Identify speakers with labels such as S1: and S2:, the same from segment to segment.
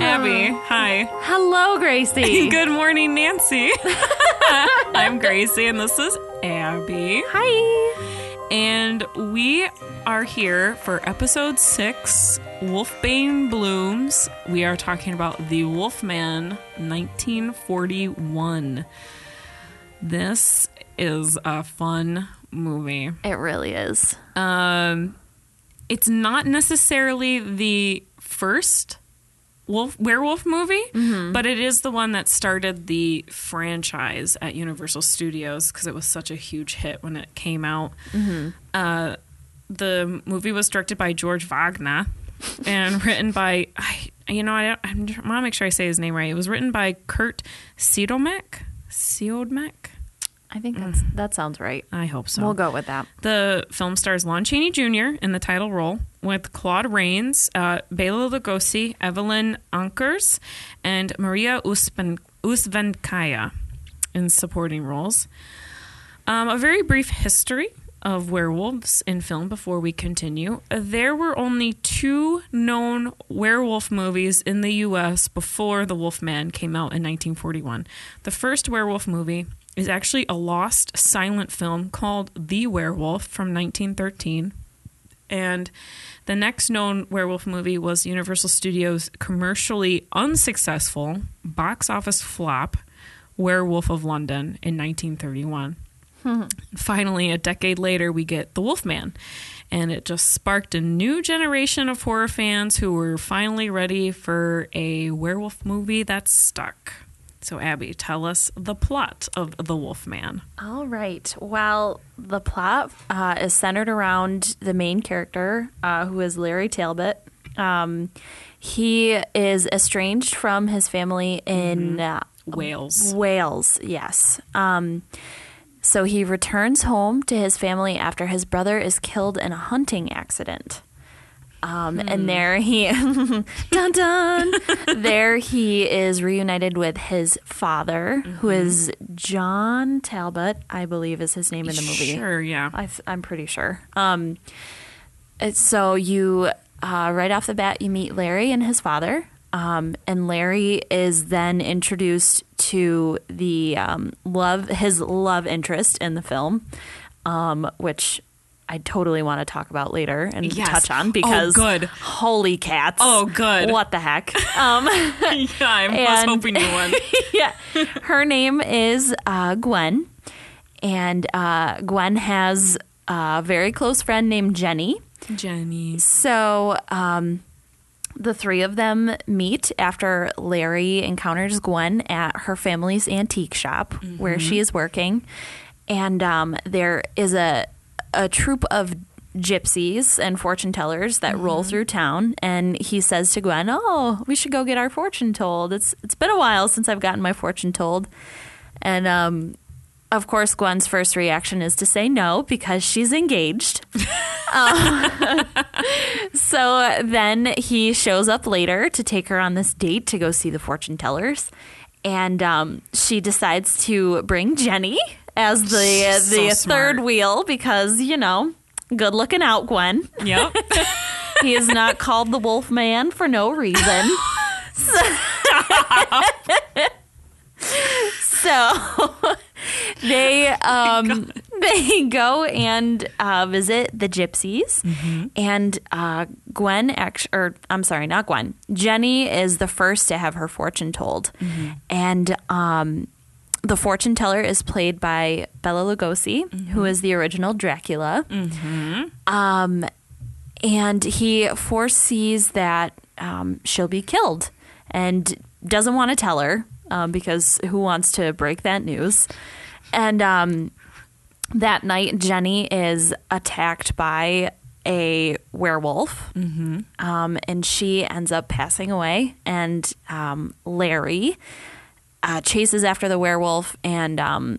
S1: Abby, hi.
S2: Hello, Gracie.
S1: Good morning, Nancy. I'm Gracie, and this is Abby.
S2: Hi.
S1: And we are here for episode six Wolfbane Blooms. We are talking about The Wolfman 1941. This is a fun movie.
S2: It really is.
S1: Um, it's not necessarily the first wolf werewolf movie, but it is the one that started the franchise at Universal Studios because it was such a huge hit when it came out. Uh, the movie was directed by George Wagner and written by I, you know I, don't- I'm, I want to make sure I say his name right. It was written by Kurt Siodomek. Siodomek.
S2: I think that's, that sounds right.
S1: I hope so.
S2: Mm. We'll go with that.
S1: The film stars Lon Chaney Jr. in the title role with Claude Rains, uh, Bela Lugosi, Evelyn Ankers, and Maria Uspen- Usvenkaya in supporting roles. Um, a very brief history of werewolves in film before we continue. Uh, There were only two known werewolf movies in the US before The Wolfman came out in 1941. The first werewolf movie is actually a lost silent film called The Werewolf from 1913. And the next known werewolf movie was Universal Studios' commercially unsuccessful box office flop, Werewolf of London, in 1931. Finally, a decade later, we get The Wolfman. And it just sparked a new generation of horror fans who were finally ready for a werewolf movie that stuck. So, Abby, tell us the plot of The Wolfman.
S2: All right. Well, the plot uh, is centered around the main character, uh, who is Larry Talbot. Um, he is estranged from his family in uh,
S1: Wales.
S2: Wales, yes. Um, so he returns home to his family after his brother is killed in a hunting accident. Um, And there he, dun dun, there he is reunited with his father, who is John Talbot, I believe is his name in the movie.
S1: Sure, yeah.
S2: I, am pretty sure. Um, it's- so you, uh, right off the bat, you meet Larry and his father, um, and Larry is then introduced to the um, love his love interest in the film, um, which. I totally want to talk about later and
S1: Yes.
S2: touch
S1: Oh,
S2: on because
S1: good.
S2: holy cats.
S1: Oh, good.
S2: What the heck? Um,
S1: yeah, I was
S2: And-
S1: hoping you would.
S2: yeah. Her name is uh, Gwen. And uh, Gwen has a very close friend named Jenny.
S1: Jenny.
S2: So um, the three of them meet after Larry encounters Gwen at her family's antique shop where she is working. And um, there is a, a troop of gypsies and fortune tellers that roll through town and he says to Gwen, "Oh, we should go get our fortune told. It's it's been a while since I've gotten my fortune told." And um of course Gwen's first reaction is to say no because she's engaged. Uh, So uh, then he shows up later to take her on this date to go see the fortune tellers, and um, she decides to bring Jenny as the
S1: She's
S2: the
S1: so smart.
S2: third wheel because you know, good looking out, Gwen.
S1: Yep.
S2: He is not called the Wolf Man for no reason. So- so they um, they go and uh, visit the gypsies, and uh, Gwen act- or I'm sorry, not Gwen. Jenny is the first to have her fortune told, and um, the fortune teller is played by Bella Lugosi, who is the original Dracula and he foresees that um, she'll be killed and doesn't want to tell her um, because who wants to break that news? And um, that night, Jenny is attacked by a werewolf, um, and she ends up passing away. And um, Larry uh, chases after the werewolf and um,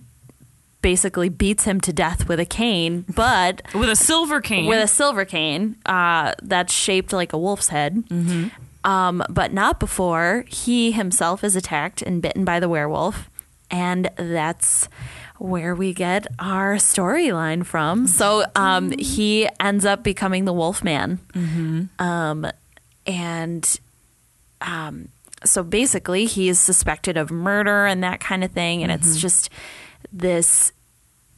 S2: basically beats him to death with a cane, but
S1: With a silver cane.
S2: with a silver cane uh, that's shaped like a wolf's head.
S1: Mm-hmm.
S2: Um, but not before he himself is attacked and bitten by the werewolf. and that's where we get our storyline from. So um,
S1: Mm-hmm.
S2: he ends up becoming the Wolfman, um, and um, so basically he is suspected of murder and that kind of thing, and
S1: Mm-hmm.
S2: it's just this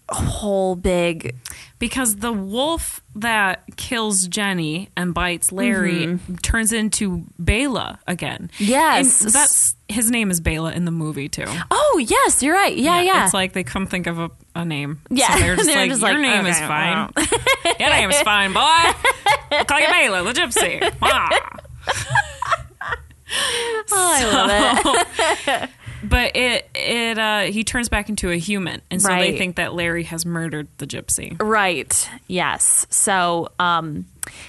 S2: whole big
S1: because the wolf that kills Jenny and bites Larry
S2: Mm-hmm.
S1: turns into Bela again.
S2: Yes.
S1: And that's his name is Bela in the movie too.
S2: oh yes you're right yeah yeah,
S1: It's like they come think of a, a name.
S2: Yeah.
S1: So they're just
S2: They're
S1: like,
S2: just
S1: your
S2: like,
S1: name is
S2: okay,
S1: fine. your name is fine, boy. Look like a Bela, the gypsy. Ah.
S2: Oh, I love it.
S1: But it it uh, he turns back into a human, and so
S2: Right.
S1: they think that Larry has murdered the gypsy.
S2: Right. Yes. So um,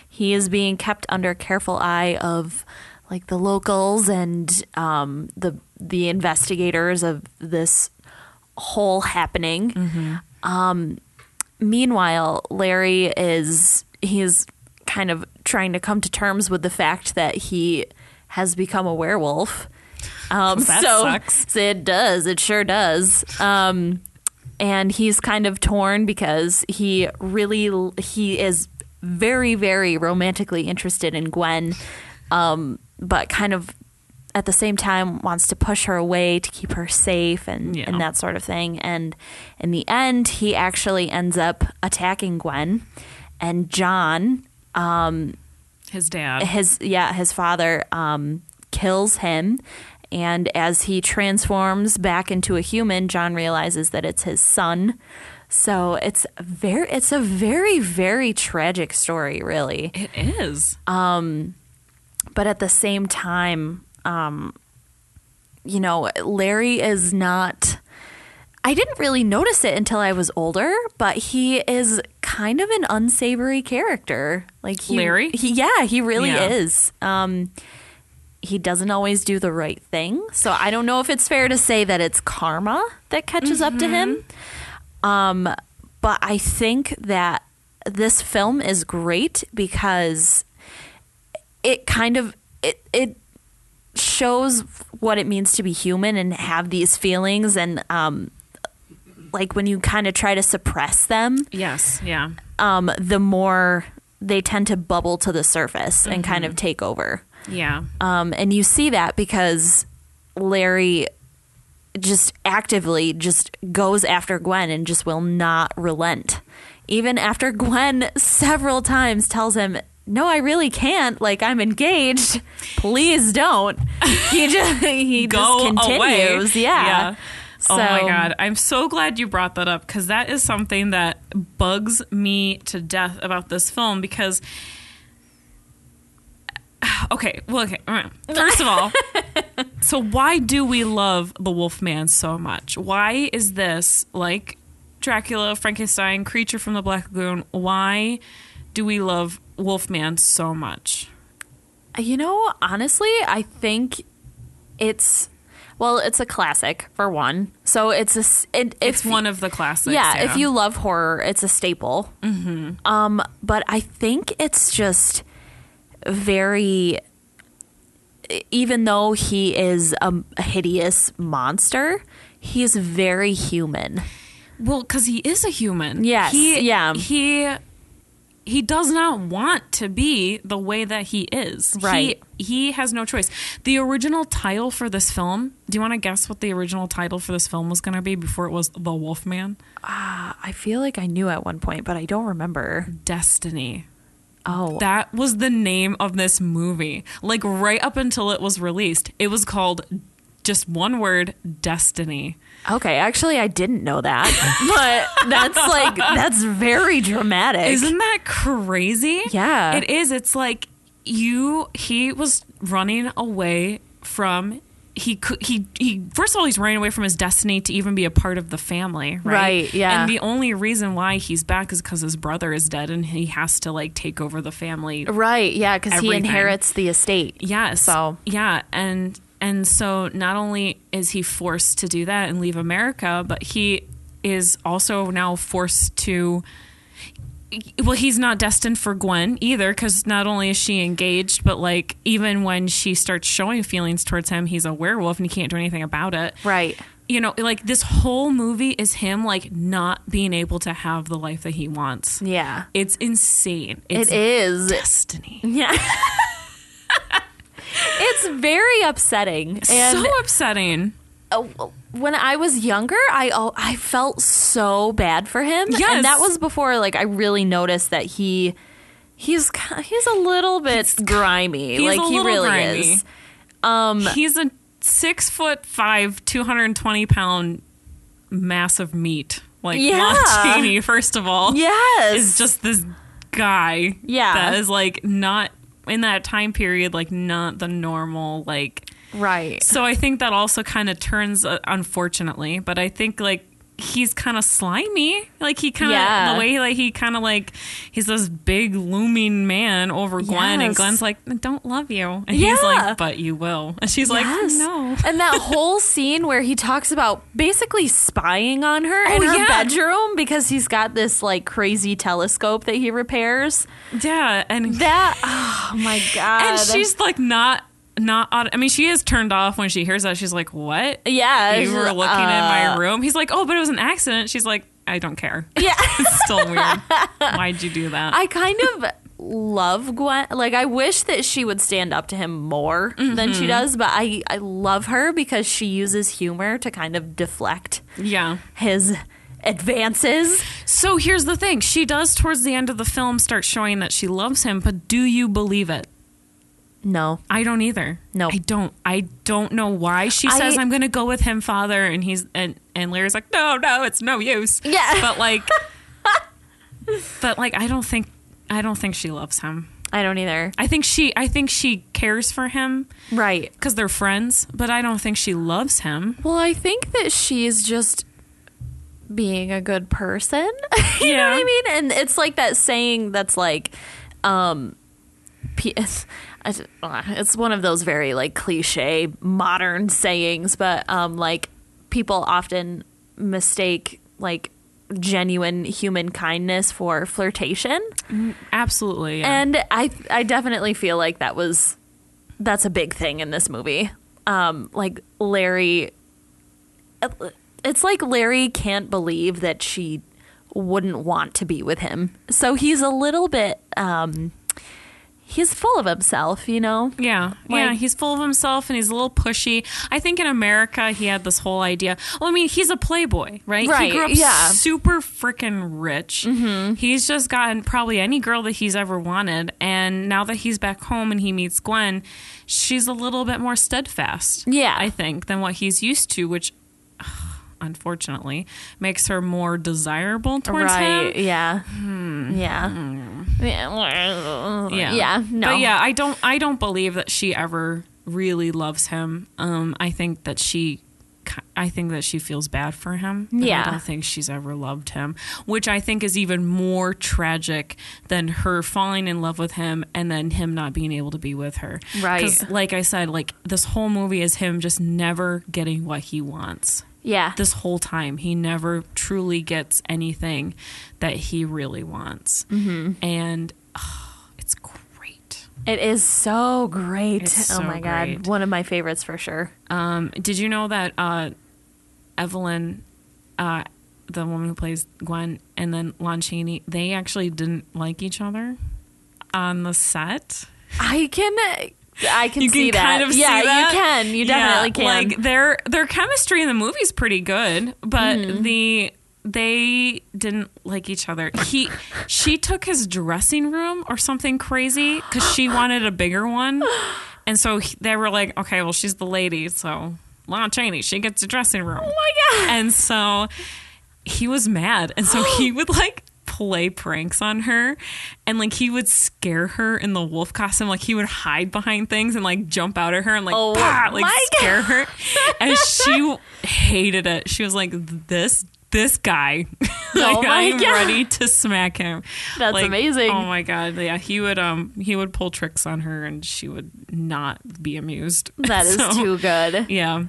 S2: he is being kept under careful eye of like the locals and um, the the investigators of this whole happening.
S1: Mm-hmm.
S2: Um, meanwhile, Larry is he's kind of trying to come to terms with the fact that he has become a werewolf. Um,
S1: That
S2: so,
S1: sucks.
S2: so it does. It sure does. Um, and he's kind of torn because he really he is very very romantically interested in Gwen, um, but kind of at the same time wants to push her away to keep her safe and
S1: Yeah.
S2: and that sort of thing. And in the end, he actually ends up attacking Gwen, and John,
S1: His dad.
S2: his yeah his father um, kills him and as he transforms back into a human john realizes that it's his son so it's very it's a very very tragic story really
S1: It is.
S2: but at the same time um, you know larry is not i didn't really notice it until i was older but he is kind of an unsavory character like he,
S1: Larry?
S2: he, yeah he really
S1: Yeah.
S2: is um, he doesn't always do the right thing so i don't know if it's fair to say that it's karma that catches up to him um, but i think that this film is great because it kind of it it shows what it means to be human and have these feelings and um like when you kind of try to suppress them
S1: yes. Yeah.
S2: um the more they tend to bubble to the surface and kind
S1: Mm-hmm.
S2: of take over
S1: Yeah.
S2: um and you see that because Larry just actively just goes after Gwen and just will not relent even after Gwen several times tells him no I really can't like I'm engaged please don't he just he
S1: Go
S2: just continues
S1: away.
S2: yeah,
S1: oh my
S2: So-
S1: god! I'm so glad you brought that up because that is something that bugs me to death about this film. Because, okay, well, okay. all right. First of all, so why do we love the Wolfman so much? Why is this like Dracula, Frankenstein, creature from the Black Lagoon? Why do we love Wolfman so much?
S2: You know, honestly, I think it's well, it's a classic for one. So it's a s- it,
S1: It's one of the classics.
S2: yeah, if you love horror, it's a staple. Mm-hmm. Um, but I think it's just very. Even though he is a, a hideous monster, he is very human.
S1: Well, because he is a human.
S2: Yes,
S1: He,
S2: yeah.
S1: He he does not want to be the way that he is.
S2: Right.
S1: He, he has no choice. The original title for this film. Do you want to guess what the original title for this film was going to be before it was The Wolfman?
S2: Ah, I feel like I knew at one point, but I don't remember.
S1: Destiny.
S2: Oh,
S1: That was the name of this movie. Like right up until it was released, it was called just one word, Destiny.
S2: okay. Actually, I didn't know that, but that's like that's very dramatic.
S1: Isn't that crazy?
S2: Yeah.
S1: It is. It's like you he was running away from he could he he first of all he's running away from his destiny to even be a part of the family, right?
S2: Right, yeah.
S1: And the only reason why he's back is cuz his brother is dead and he has to like take over the family.
S2: Right, yeah, because he
S1: Everything.
S2: inherits the estate.
S1: Yes.
S2: So-
S1: yeah, and and so not only is he forced to do that and leave America, but he is also now forced to. Well, he's not destined for Gwen either, because not only is she engaged, but like even when she starts showing feelings towards him, he's a werewolf and he can't do anything about it.
S2: Right.
S1: you know, like this whole movie is him like not being able to have the life that he wants.
S2: Yeah.
S1: It's insane.
S2: It
S1: It's
S2: is.
S1: destiny.
S2: Yeah. it's very upsetting. And
S1: so upsetting.
S2: uh, when I was younger, I oh, I felt so bad for him.
S1: Yes.
S2: And that was before like I really noticed that he he's ki- he's a little bit grimy.
S1: he's
S2: like
S1: a
S2: he
S1: little
S2: really
S1: grimy.
S2: is.
S1: He's a six foot five, two hundred and twenty pound mass of meat. Like
S2: Yeah.
S1: Montini, first of all.
S2: Yes.
S1: Is just this guy.
S2: Yeah.
S1: That is like not in that time period, like not the normal like
S2: right.
S1: So I think that also kind of turns, uh, unfortunately. But I think like he's kind of slimy. Like he kind of
S2: Yeah.
S1: the way like he kind of like he's this big looming man over Gwen, and
S2: Yes.
S1: Gwen's like, "I "Don't love you," and he's
S2: Yeah.
S1: like, "But you will," and she's like,
S2: Yes.
S1: "No."
S2: And that whole scene where he talks about basically spying on her in
S1: Oh,
S2: her
S1: yeah.
S2: bedroom because he's got this like crazy telescope that he repairs.
S1: Yeah, and
S2: That oh my god.
S1: and she's like not not. I mean, she is turned off when she hears that. She's like, "What?"
S2: yeah, uh,
S1: You
S2: she's
S1: were
S2: like,
S1: looking in my room. He's like, "Oh, but it was an accident." She's like, "I don't care."
S2: uh, Yeah.
S1: It's still weird. Why'd you do that?
S2: I kind of love Gwen. Like I wish that she would stand up to him more than
S1: Mm-hmm.
S2: she does, but I I love her because she uses humor to kind of deflect
S1: yeah.
S2: his advances.
S1: So here's the thing. She does, towards the end of the film, start showing that she loves him, but do you believe it?
S2: No.
S1: I don't either.
S2: No.
S1: I don't. I don't know why she
S2: I-
S1: says I'm going to go with him, father, and he's and and Larry's like, no, no, it's no use.
S2: Yeah.
S1: but like, but like, I don't think I don't think she loves him.
S2: I don't either.
S1: I think she I think she cares for him
S2: Right.
S1: because they're friends, but I don't think she loves him.
S2: Well, I think that she's just being a good person. you
S1: Yeah.
S2: know what I mean? And it's like that saying that's like, um, p- it's, I d- uh, it's one of those very like cliche modern sayings, but um, like people often mistake like genuine human kindness for flirtation,
S1: Absolutely. yeah.
S2: and I I definitely feel like that was that's a big thing in this movie. Um, like Larry, it's like Larry can't believe that she wouldn't want to be with him. So he's a little bit, um, he's full of himself, you know?
S1: Yeah, yeah,
S2: Like-
S1: he's full of himself and he's a little pushy. I think in America he had this whole idea. Well, I mean, he's a playboy, right?
S2: Right,
S1: He grew up
S2: yeah. Mm-hmm.
S1: super freaking rich. He's just gotten probably any girl that he's ever wanted, and now that he's back home and he meets Gwen, she's a little bit more steadfast.
S2: Yeah.
S1: I think than what he's used to, which unfortunately makes her more desirable towards him.
S2: right. Yeah.
S1: Hmm.
S2: Yeah. Yeah.
S1: yeah
S2: Yeah. No.
S1: but yeah i don't i don't believe that she ever really loves him um i think that she ki- i think that she feels bad for him but
S2: Yeah.
S1: i don't think she's ever loved him which i think is even more tragic than her falling in love with him and then him not being able to be with her
S2: Right.
S1: 'Cause like i said like this whole movie is him just never getting what he wants
S2: Yeah.
S1: this whole time. He never truly gets anything that he really wants.
S2: Mm-hmm.
S1: And ah, it's great.
S2: It is so great.
S1: It's
S2: oh
S1: so
S2: my
S1: great.
S2: God. One of my favorites for sure.
S1: Um, did you know that uh, Evelyn, uh, the woman who plays Gwen, and then Lon Chaney, they actually didn't like each other on the set?
S2: I can. I can
S1: You
S2: see
S1: can
S2: that.
S1: kind of
S2: yeah,
S1: see that.
S2: you can. You
S1: Yeah,
S2: definitely can.
S1: Like their their chemistry in the movie's pretty good, but
S2: Mm.
S1: the they didn't like each other. He she took his dressing room or something crazy because she wanted a bigger one, and so he- they were like, okay, well she's the lady, so Lon Chaney she gets a dressing room. Oh
S2: my God.
S1: And so he was mad, and so he would like play pranks on her and like he would scare her in the wolf costume like he would hide behind things and like jump out at her and like
S2: Oh,
S1: "Pah!" like
S2: my
S1: scare her and she hated it she was like this this guy like
S2: Oh my
S1: i'm
S2: God.
S1: ready to smack him
S2: That's
S1: Like,
S2: amazing.
S1: oh my god yeah he would um he would pull tricks on her and she would not be amused
S2: That is
S1: So,
S2: too good.
S1: yeah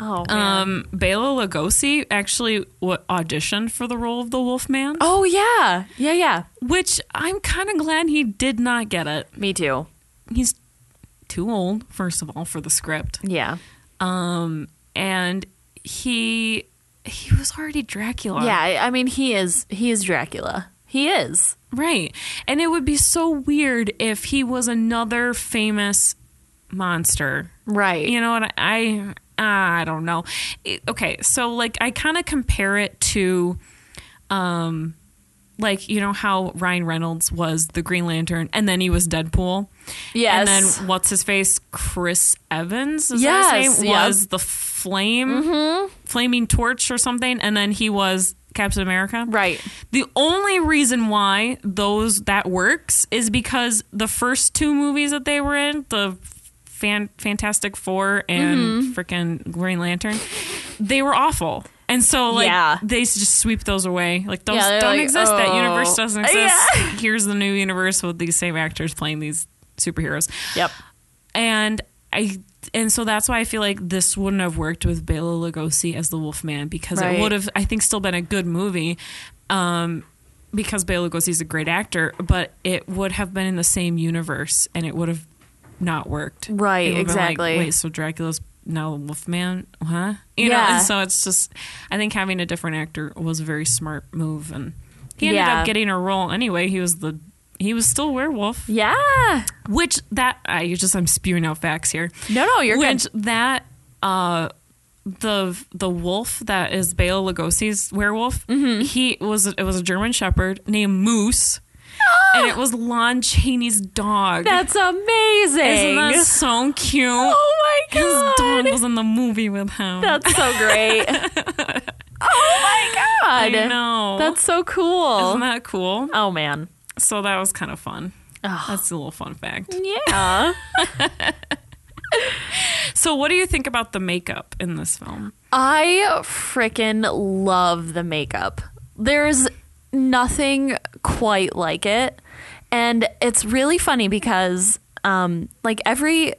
S2: Oh man.
S1: um Bela Lugosi actually wa auditioned for the role of the Wolfman
S2: oh yeah. Yeah yeah.
S1: which I'm kind of glad he did not get it.
S2: Me too.
S1: He's too old, first of all, for the script.
S2: Yeah.
S1: Um, and he he was already Dracula.
S2: Yeah, I- I mean he is he is Dracula. He is.
S1: Right. And it would be so weird if he was another famous monster.
S2: Right.
S1: You know what? I I don't know. It- okay, so like I kind of compare it to um like you know how Ryan Reynolds was the Green Lantern and then he was Deadpool.
S2: Yes.
S1: And then what's his face? Chris Evans is that his
S2: Yes,
S1: name?
S2: yep. Mm-hmm.
S1: was the flame flaming torch or something and then he was Captain America.
S2: right.
S1: The only reason why those that works is because the first two movies that they were in, the fan, Fantastic Four and
S2: Mm-hmm.
S1: frickin' Green Lantern, they were awful. And so like
S2: Yeah.
S1: they s- just sweep those away. Like those
S2: Yeah, they're
S1: don't
S2: like,
S1: exist. That
S2: "Oh."
S1: universe doesn't exist.
S2: Yeah.
S1: Here's the new universe with these same actors playing these superheroes.
S2: Yep.
S1: And I and so that's why I feel like this wouldn't have worked with Bela Lugosi as the Wolfman because
S2: Right.
S1: it would have I think still been a good movie. Um because Bela Lugosi is a great actor, but it would have been in the same universe and it would have not worked.
S2: Right,
S1: It would have been like,
S2: exactly.
S1: Wait, so Dracula's now the Wolfman, huh? You know,
S2: Yeah.
S1: and so it's just I think having a different actor was a very smart move and he ended
S2: Yeah.
S1: up getting a role anyway. He was the he was still werewolf
S2: Yeah.
S1: which that I you just I'm spewing out facts here.
S2: No, no, you're
S1: which
S2: good.
S1: that uh the the wolf that is Bela Lugosi's werewolf.
S2: Mm-hmm.
S1: He was it was a German Shepherd named Moose,
S2: Ah!
S1: and it was Lon Chaney's dog.
S2: That's amazing.
S1: Isn't that so cute?
S2: oh my
S1: His
S2: god.
S1: dog was in the movie with him.
S2: That's so great. oh my god.
S1: I know.
S2: That's so cool.
S1: Isn't that cool?
S2: oh man.
S1: So that was kind of fun.
S2: Oh.
S1: That's a little fun fact.
S2: Yeah.
S1: So, what do you think about the makeup in this film?
S2: I frickin' love the makeup. There's nothing quite like it. And it's really funny because, um, like every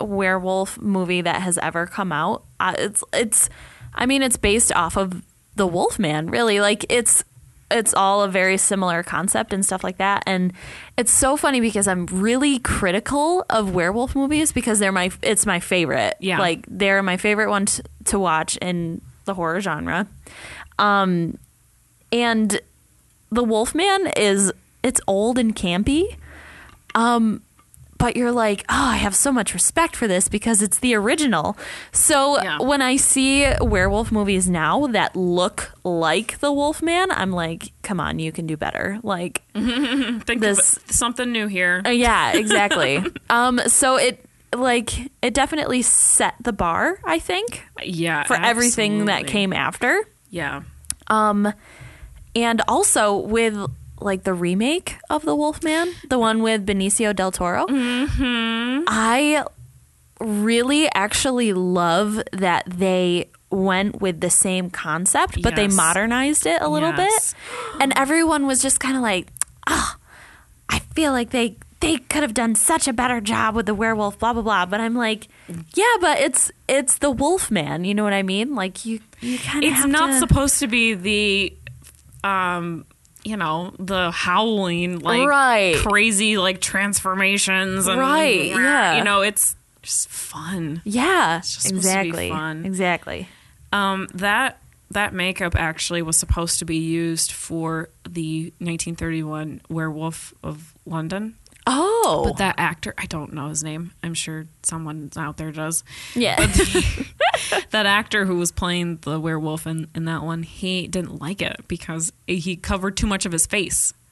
S2: werewolf movie that has ever come out, uh, it's it's, I mean, it's based off of the Wolfman, really. Like it's it's all a very similar concept and stuff like that. And it's so funny because I'm really critical of werewolf movies because they're my it's my favorite.
S1: Yeah.
S2: like they're my favorite one t- to watch in the horror genre. Um, and the Wolfman is it's old and campy. Um, but you're like, oh, I have so much respect for this because it's the original. So
S1: Yeah.
S2: when I see werewolf movies now that look like the Wolfman, I'm like, come on, you can do better. Like,
S1: Think
S2: This-
S1: of something new here.
S2: uh, yeah, exactly. um, so it like it definitely set the bar, I think,
S1: yeah,
S2: for everything that
S1: absolutely.
S2: came after.
S1: Yeah.
S2: Um, and also with like the remake of The Wolfman, the one with Benicio del Toro.
S1: Mm-hmm.
S2: I really actually love that they went with the same concept, but they
S1: Yes.
S2: modernized it a little
S1: Yes.
S2: bit. And everyone was just kind of like, oh, I feel like they. They could have done such a better job with the werewolf, blah blah blah. But I'm like, yeah, but it's it's the wolf man. You know what I mean? Like you, you kind of
S1: It's
S2: have
S1: not
S2: to...
S1: supposed to be the um you know, the howling like
S2: Right.
S1: crazy like transformations and
S2: Right, yeah.
S1: you know, it's just fun.
S2: Yeah,
S1: just supposed to be
S2: exactly.
S1: fun.
S2: Exactly.
S1: Um that that makeup actually was supposed to be used for the 1931 Werewolf of London.
S2: Oh,
S1: But that actor, I don't know his name. I'm sure someone out there does.
S2: yeah.
S1: that actor who was playing the werewolf in, in that one, he didn't like it because he covered too much of his face.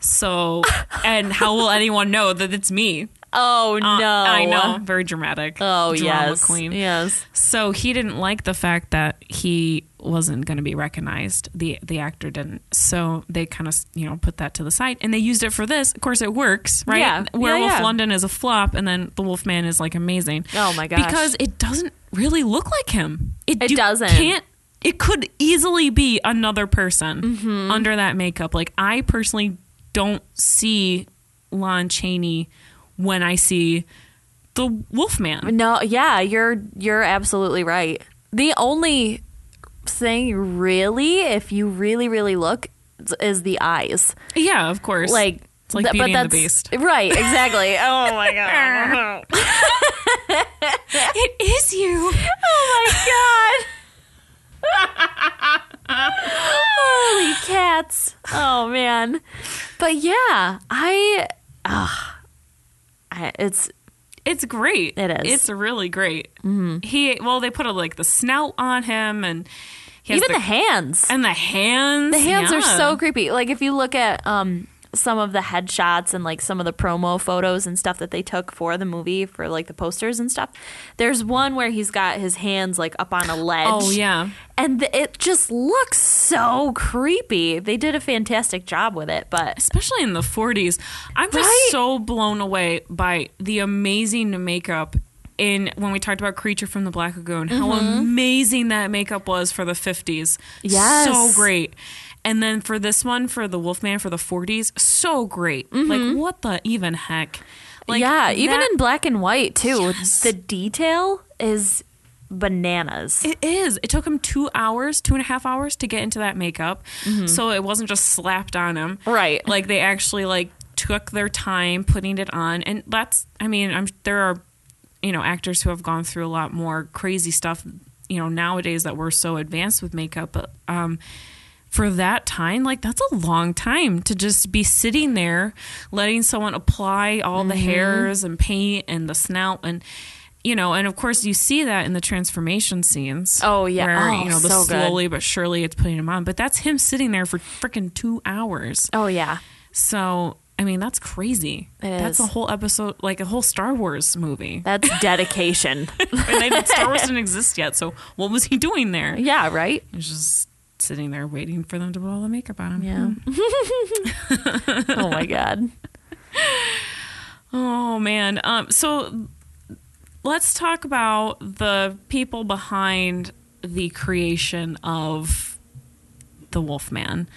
S1: So, and how will anyone know that it's me?
S2: oh no,
S1: Uh, I know, very dramatic.
S2: Oh
S1: drama
S2: yes,
S1: queen.
S2: yes.
S1: So he didn't like the fact that he wasn't going to be recognized. the The actor didn't. So they kind of you know put that to the side, and they used it for this. Of course, it works, right?
S2: Yeah. Yeah,
S1: Werewolf
S2: yeah.
S1: London is a flop, and then The Wolfman is like amazing.
S2: Oh, my gosh.
S1: Because it doesn't really look like him.
S2: It
S1: you
S2: doesn't.
S1: Can't. It could easily be another person
S2: Mm-hmm.
S1: under that makeup. Like I personally don't see Lon Chaney when I see the Wolfman.
S2: No, yeah, you're you're absolutely right. The only thing, really, if you really really look, is the eyes.
S1: Yeah, of course.
S2: Like,
S1: It's like
S2: th-
S1: Beauty
S2: but
S1: and the
S2: that's-
S1: Beast.
S2: right? Exactly. oh my god.
S1: it is you.
S2: Oh my god. Holy cats! Oh man, but yeah, I, uh, it's
S1: It's great.
S2: It is. Mm-hmm.
S1: It's really great. He well, they put a, like the snout on him, and he has
S2: even the, hands.
S1: and the hands.
S2: The hands are
S1: yeah.
S2: so creepy. Like if you look at um some of the headshots and like some of the promo photos and stuff that they took for the movie for like the posters and stuff. There's one where he's got his hands like up on a ledge.
S1: Oh yeah,
S2: And th- it just looks so creepy. They did a fantastic job with it, but
S1: especially in the 40s. I'm just
S2: Right?
S1: so blown away by the amazing makeup in when we talked about Creature from the Black Lagoon. How
S2: Mm-hmm.
S1: amazing that makeup was for the 50s.
S2: Yes.
S1: So great. And then for this one for the Wolfman for the 40s, so great. Like what the even heck? Like
S2: Mm-hmm. yeah, even
S1: that-
S2: in black and white too. The detail is bananas.
S1: It is. It took him two hours, two and a half hours to get into that makeup. So it wasn't just slapped on him.
S2: Mm-hmm. Right.
S1: Like they actually like took their time putting it on. And that's I mean, I'm there are, you know, actors who have gone through a lot more crazy stuff, you know, nowadays that we're so advanced with makeup. But um for that time, like that's a long time to just be sitting there letting someone apply all
S2: Mm-hmm.
S1: the hairs and paint and the snout and you know, and of course you see that in the transformation scenes.
S2: Oh, yeah.
S1: where
S2: Oh,
S1: you know the
S2: so good.
S1: slowly but surely it's putting him on. But that's him sitting there for freaking two hours.
S2: Oh yeah.
S1: So I mean, that's crazy.
S2: It
S1: that's
S2: is.
S1: a whole episode, like a whole Star Wars movie.
S2: That's dedication.
S1: and they, Star Wars didn't exist yet, so what was he doing there? He
S2: yeah, right?
S1: was just sitting there waiting for them to put all the makeup on him.
S2: Yeah. Hmm. oh my god.
S1: Oh man. Um. So let's talk about the people behind the creation of the Wolfman.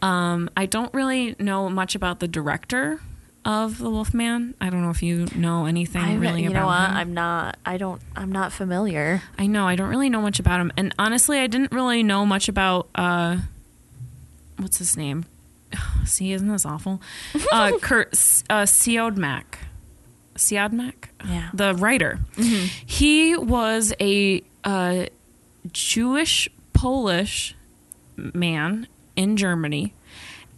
S1: Um. I don't really know much about the director of the Wolfman. I don't know if you know anything
S2: I
S1: really
S2: really, you
S1: about
S2: know what?
S1: him.
S2: I'm not. I don't. I'm not familiar.
S1: I know I don't really know much about him, and honestly, I didn't really know much about uh, what's his name. See, isn't this awful? Uh, Kurt uh, Siodmak, Siodmak,
S2: Yeah.
S1: the writer.
S2: Mm-hmm.
S1: He was a uh, Jewish Polish man in Germany,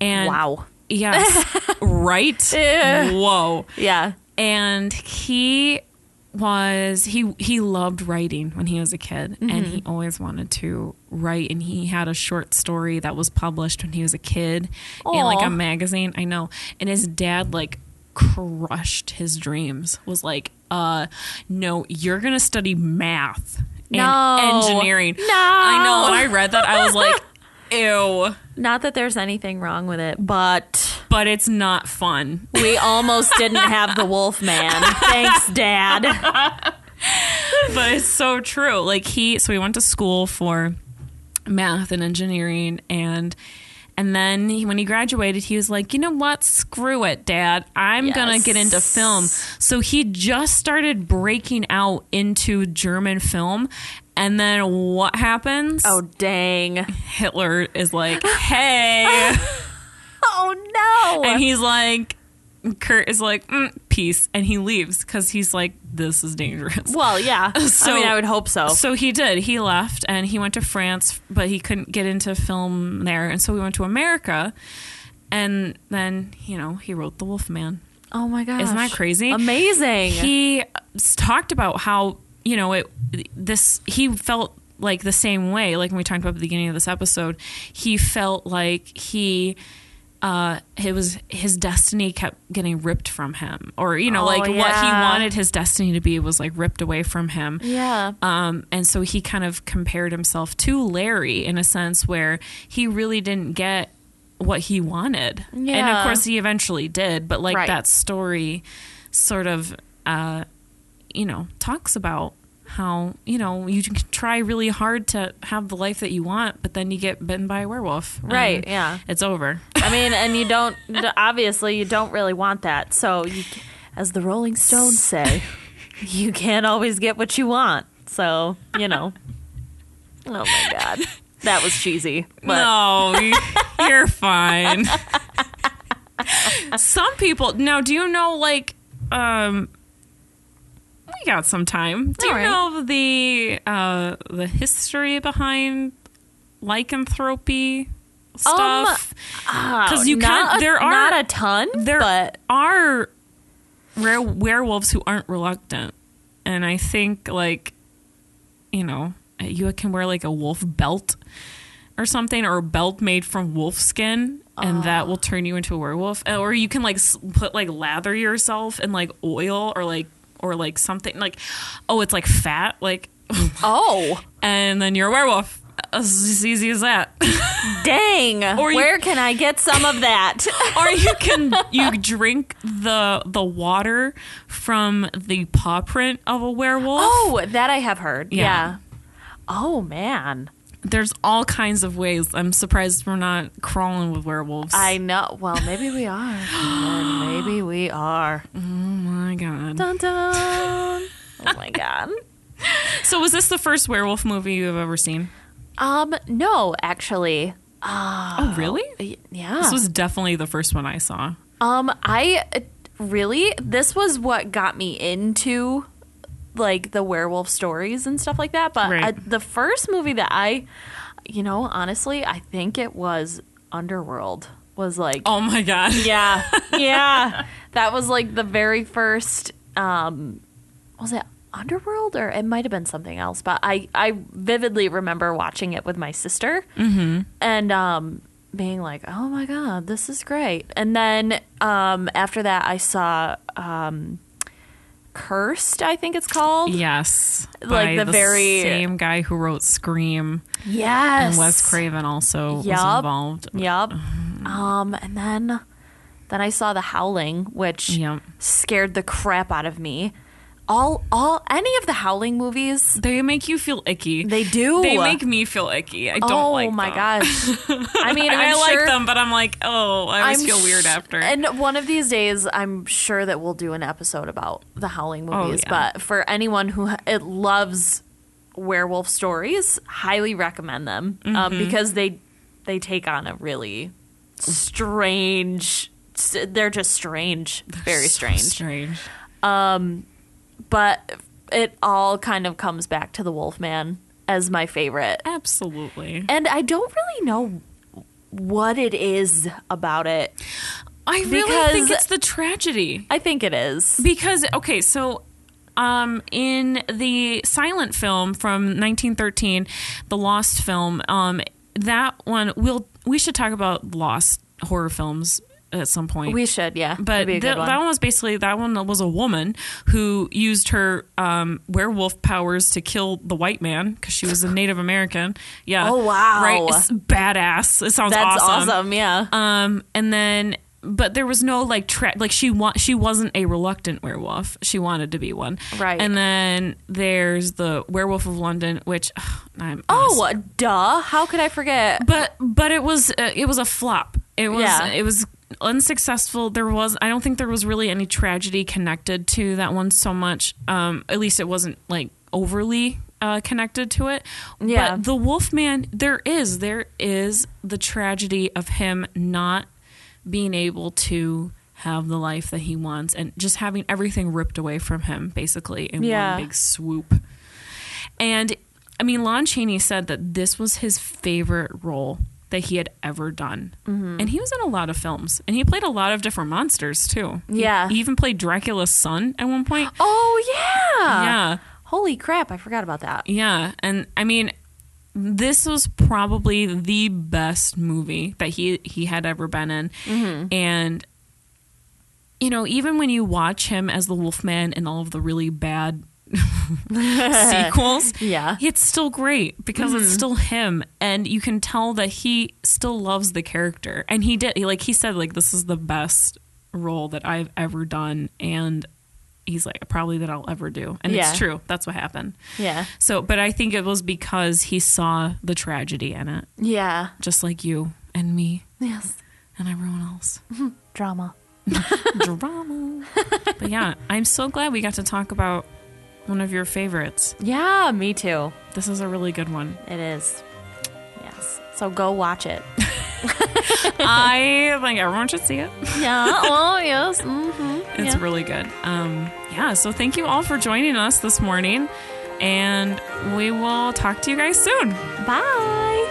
S1: and
S2: wow.
S1: yes, right,
S2: Yeah.
S1: whoa,
S2: Yeah.
S1: and he was he he loved writing when he was a kid
S2: Mm-hmm.
S1: and he always wanted to write and he had a short story that was published when he was a kid in like
S2: Aw.
S1: a magazine i know and his dad like crushed his dreams was like uh no you're gonna study math and
S2: No.
S1: engineering
S2: No.
S1: i know when i read that i was like ew
S2: Not that there's anything wrong with it, but
S1: but it's not fun
S2: we almost didn't have the wolf man. Thanks, Dad.
S1: but it's so true. Like he, so he went to school for math and engineering, and and then he, when he graduated, he was like, you know what? Screw it, Dad. I'm gonna
S2: Yes.
S1: get into film. So he just started breaking out into German film. And then what happens?
S2: Oh dang.
S1: Hitler is like, hey.
S2: Oh no.
S1: and he's like, Kurt is like, mm, peace. And he leaves because he's like, this is dangerous.
S2: well, yeah.
S1: So-
S2: I mean, I would hope so.
S1: So he did. He left and he went to France, but he couldn't get into film there. And so we went to America. And then, you know, he wrote The Wolfman.
S2: Oh my gosh.
S1: Isn't that crazy?
S2: Amazing.
S1: He s- talked about how, you know, it this he felt like the same way, like when we talked about at the beginning of this episode, he felt like he uh, it was his destiny kept getting ripped from him, or you know,
S2: Oh,
S1: like what he
S2: yeah.
S1: wanted his destiny to be was like ripped away from him.
S2: yeah.
S1: Um, and so he kind of compared himself to Larry in a sense where he really didn't get what he wanted. And of
S2: Yeah.
S1: course, he eventually did, but like
S2: Right.
S1: that story sort of, uh, you know, talks about how, you know, you can try really hard to have the life that you want, but then you get bitten by a werewolf. and
S2: Right, yeah.
S1: It's over.
S2: I mean, and you don't. Obviously, you don't really want that. So, you, as the Rolling Stones say, you can't always get what you want. So, you know. Oh my God, that was cheesy. But
S1: No, you- you're fine. Some people now. Do you know like um, we got some time. Do
S2: All
S1: you
S2: right.
S1: know the uh, the history behind lycanthropy stuff?
S2: Because
S1: you
S2: Um, uh, not
S1: can't-
S2: a-
S1: there are-
S2: not a ton,
S1: there
S2: but
S1: are rare werewolves who aren't reluctant, and I think like you know you can wear like a wolf belt or something, or a belt made from wolf skin, and that will turn you into a werewolf. Uh, Or you can like s- put like lather yourself in like oil or like or like something like oh it's like fat like
S2: oh
S1: and then you're a werewolf. It's as easy as that.
S2: dang!
S1: Or you-
S2: Where can I get some of that?
S1: or you can you drink the the water from the paw print of a werewolf.
S2: oh, that I have heard.
S1: Yeah.
S2: yeah. Oh man.
S1: There's all kinds of ways. I'm surprised we're not crawling with werewolves.
S2: I know. Well, maybe we are. Lord, maybe we are.
S1: oh my god.
S2: Dun dun. Oh my god.
S1: So was this the first werewolf movie you've ever seen?
S2: Um, no, actually.
S1: Oh really?
S2: Y- Uh, Yeah.
S1: This was definitely the first one I saw.
S2: um, I uh, really this was what got me into like the werewolf stories and stuff like that. But
S1: Right.
S2: uh, the first movie that I, you know, honestly, I think it was Underworld. Was like
S1: Oh my god.
S2: Yeah. Yeah. that was like the very first um was it Underworld or it might have been something else, but I I vividly remember watching it with my sister and um being like, "Oh my god, this is great." And then um after that I saw um Cursed, I think it's called.
S1: Yes.
S2: Like
S1: by
S2: the very-
S1: same guy who wrote Scream
S2: Yes.
S1: and Wes Craven also was
S2: Yup.
S1: involved.
S2: Yep. Um, and then then I saw The Howling, which
S1: Yep.
S2: scared the crap out of me. All all any of the Howling movies,
S1: They make you feel icky.
S2: they do.
S1: They make me feel icky. I don't
S2: oh
S1: like
S2: my
S1: them.
S2: gosh! I mean,
S1: I
S2: I'm
S1: like
S2: sure-
S1: them, but I'm like, oh, I always
S2: I'm
S1: feel weird
S2: sh-
S1: after.
S2: And one of these days, I'm sure that we'll do an episode about the Howling
S1: Oh,
S2: movies.
S1: yeah.
S2: But for anyone who ha- it loves werewolf stories, highly recommend them
S1: Mm-hmm.
S2: um, because they they take on a really strange. s- They're just strange, very
S1: So
S2: strange.
S1: strange.
S2: But it all kind of comes back to the Wolfman as my favorite.
S1: Absolutely.
S2: And I don't really know what it is about it.
S1: I really think
S2: Because-
S1: it's the tragedy.
S2: I think it is.
S1: Because okay, so um in the silent film from 1913, the Lost film, um that one we'll we should talk about Lost horror films at some point.
S2: We should, yeah.
S1: but
S2: That'd be a
S1: th-
S2: good one.
S1: that one was basically that one was a woman who used her um, werewolf powers to kill the white man because she was a Native American. Yeah.
S2: Oh, wow.
S1: Right. It's badass. It sounds
S2: That's awesome.
S1: awesome.
S2: yeah.
S1: Um, and then. But there was no like tra- like she wa- she wasn't a reluctant werewolf. She wanted to be one,
S2: Right.
S1: And then there's the werewolf of London, which ugh, I'm
S2: oh, duh. How could I forget?
S1: but but it was uh, it was a flop. It was
S2: Yeah.
S1: it was unsuccessful. There was I don't think there was really any tragedy connected to that one so much. Um, at least it wasn't like overly uh, connected to it.
S2: Yeah.
S1: But the Wolfman, there is there is the tragedy of him not being able to have the life that he wants and just having everything ripped away from him basically in
S2: Yeah.
S1: one big swoop. And I mean, Lon Chaney said that this was his favorite role that he had ever done. And he was in a lot of films and he played a lot of different monsters too. He-
S2: Yeah.
S1: He, even played Dracula's son at one point.
S2: Oh, yeah.
S1: Yeah.
S2: Holy crap. I forgot about that.
S1: Yeah. And I mean, this was probably the best movie that he he had ever been in.
S2: Mm-hmm.
S1: And you know, even when you watch him as the Wolfman in all of the really bad sequels,
S2: Yeah. Mm-hmm.
S1: it's still great because it's still him and you can tell that he still loves the character and he did he, like he said like this is the best role that i've ever done and he's like probably that i'll ever do and
S2: Yeah.
S1: it's true that's what happened
S2: Yeah.
S1: so but i think it was because he saw the tragedy in it
S2: Yeah.
S1: just like you and me
S2: Yes.
S1: and everyone else
S2: Drama.
S1: drama but yeah i'm so glad we got to talk about one of your favorites
S2: Yeah, me too.
S1: this is a really good one
S2: It is. Yes. So go watch it.
S1: i think everyone should see it
S2: yeah. Oh, yes. Mm-hmm.
S1: It's really good. Um, yeah, so thank you all for joining us this morning, and we will talk to you guys soon.
S2: Bye.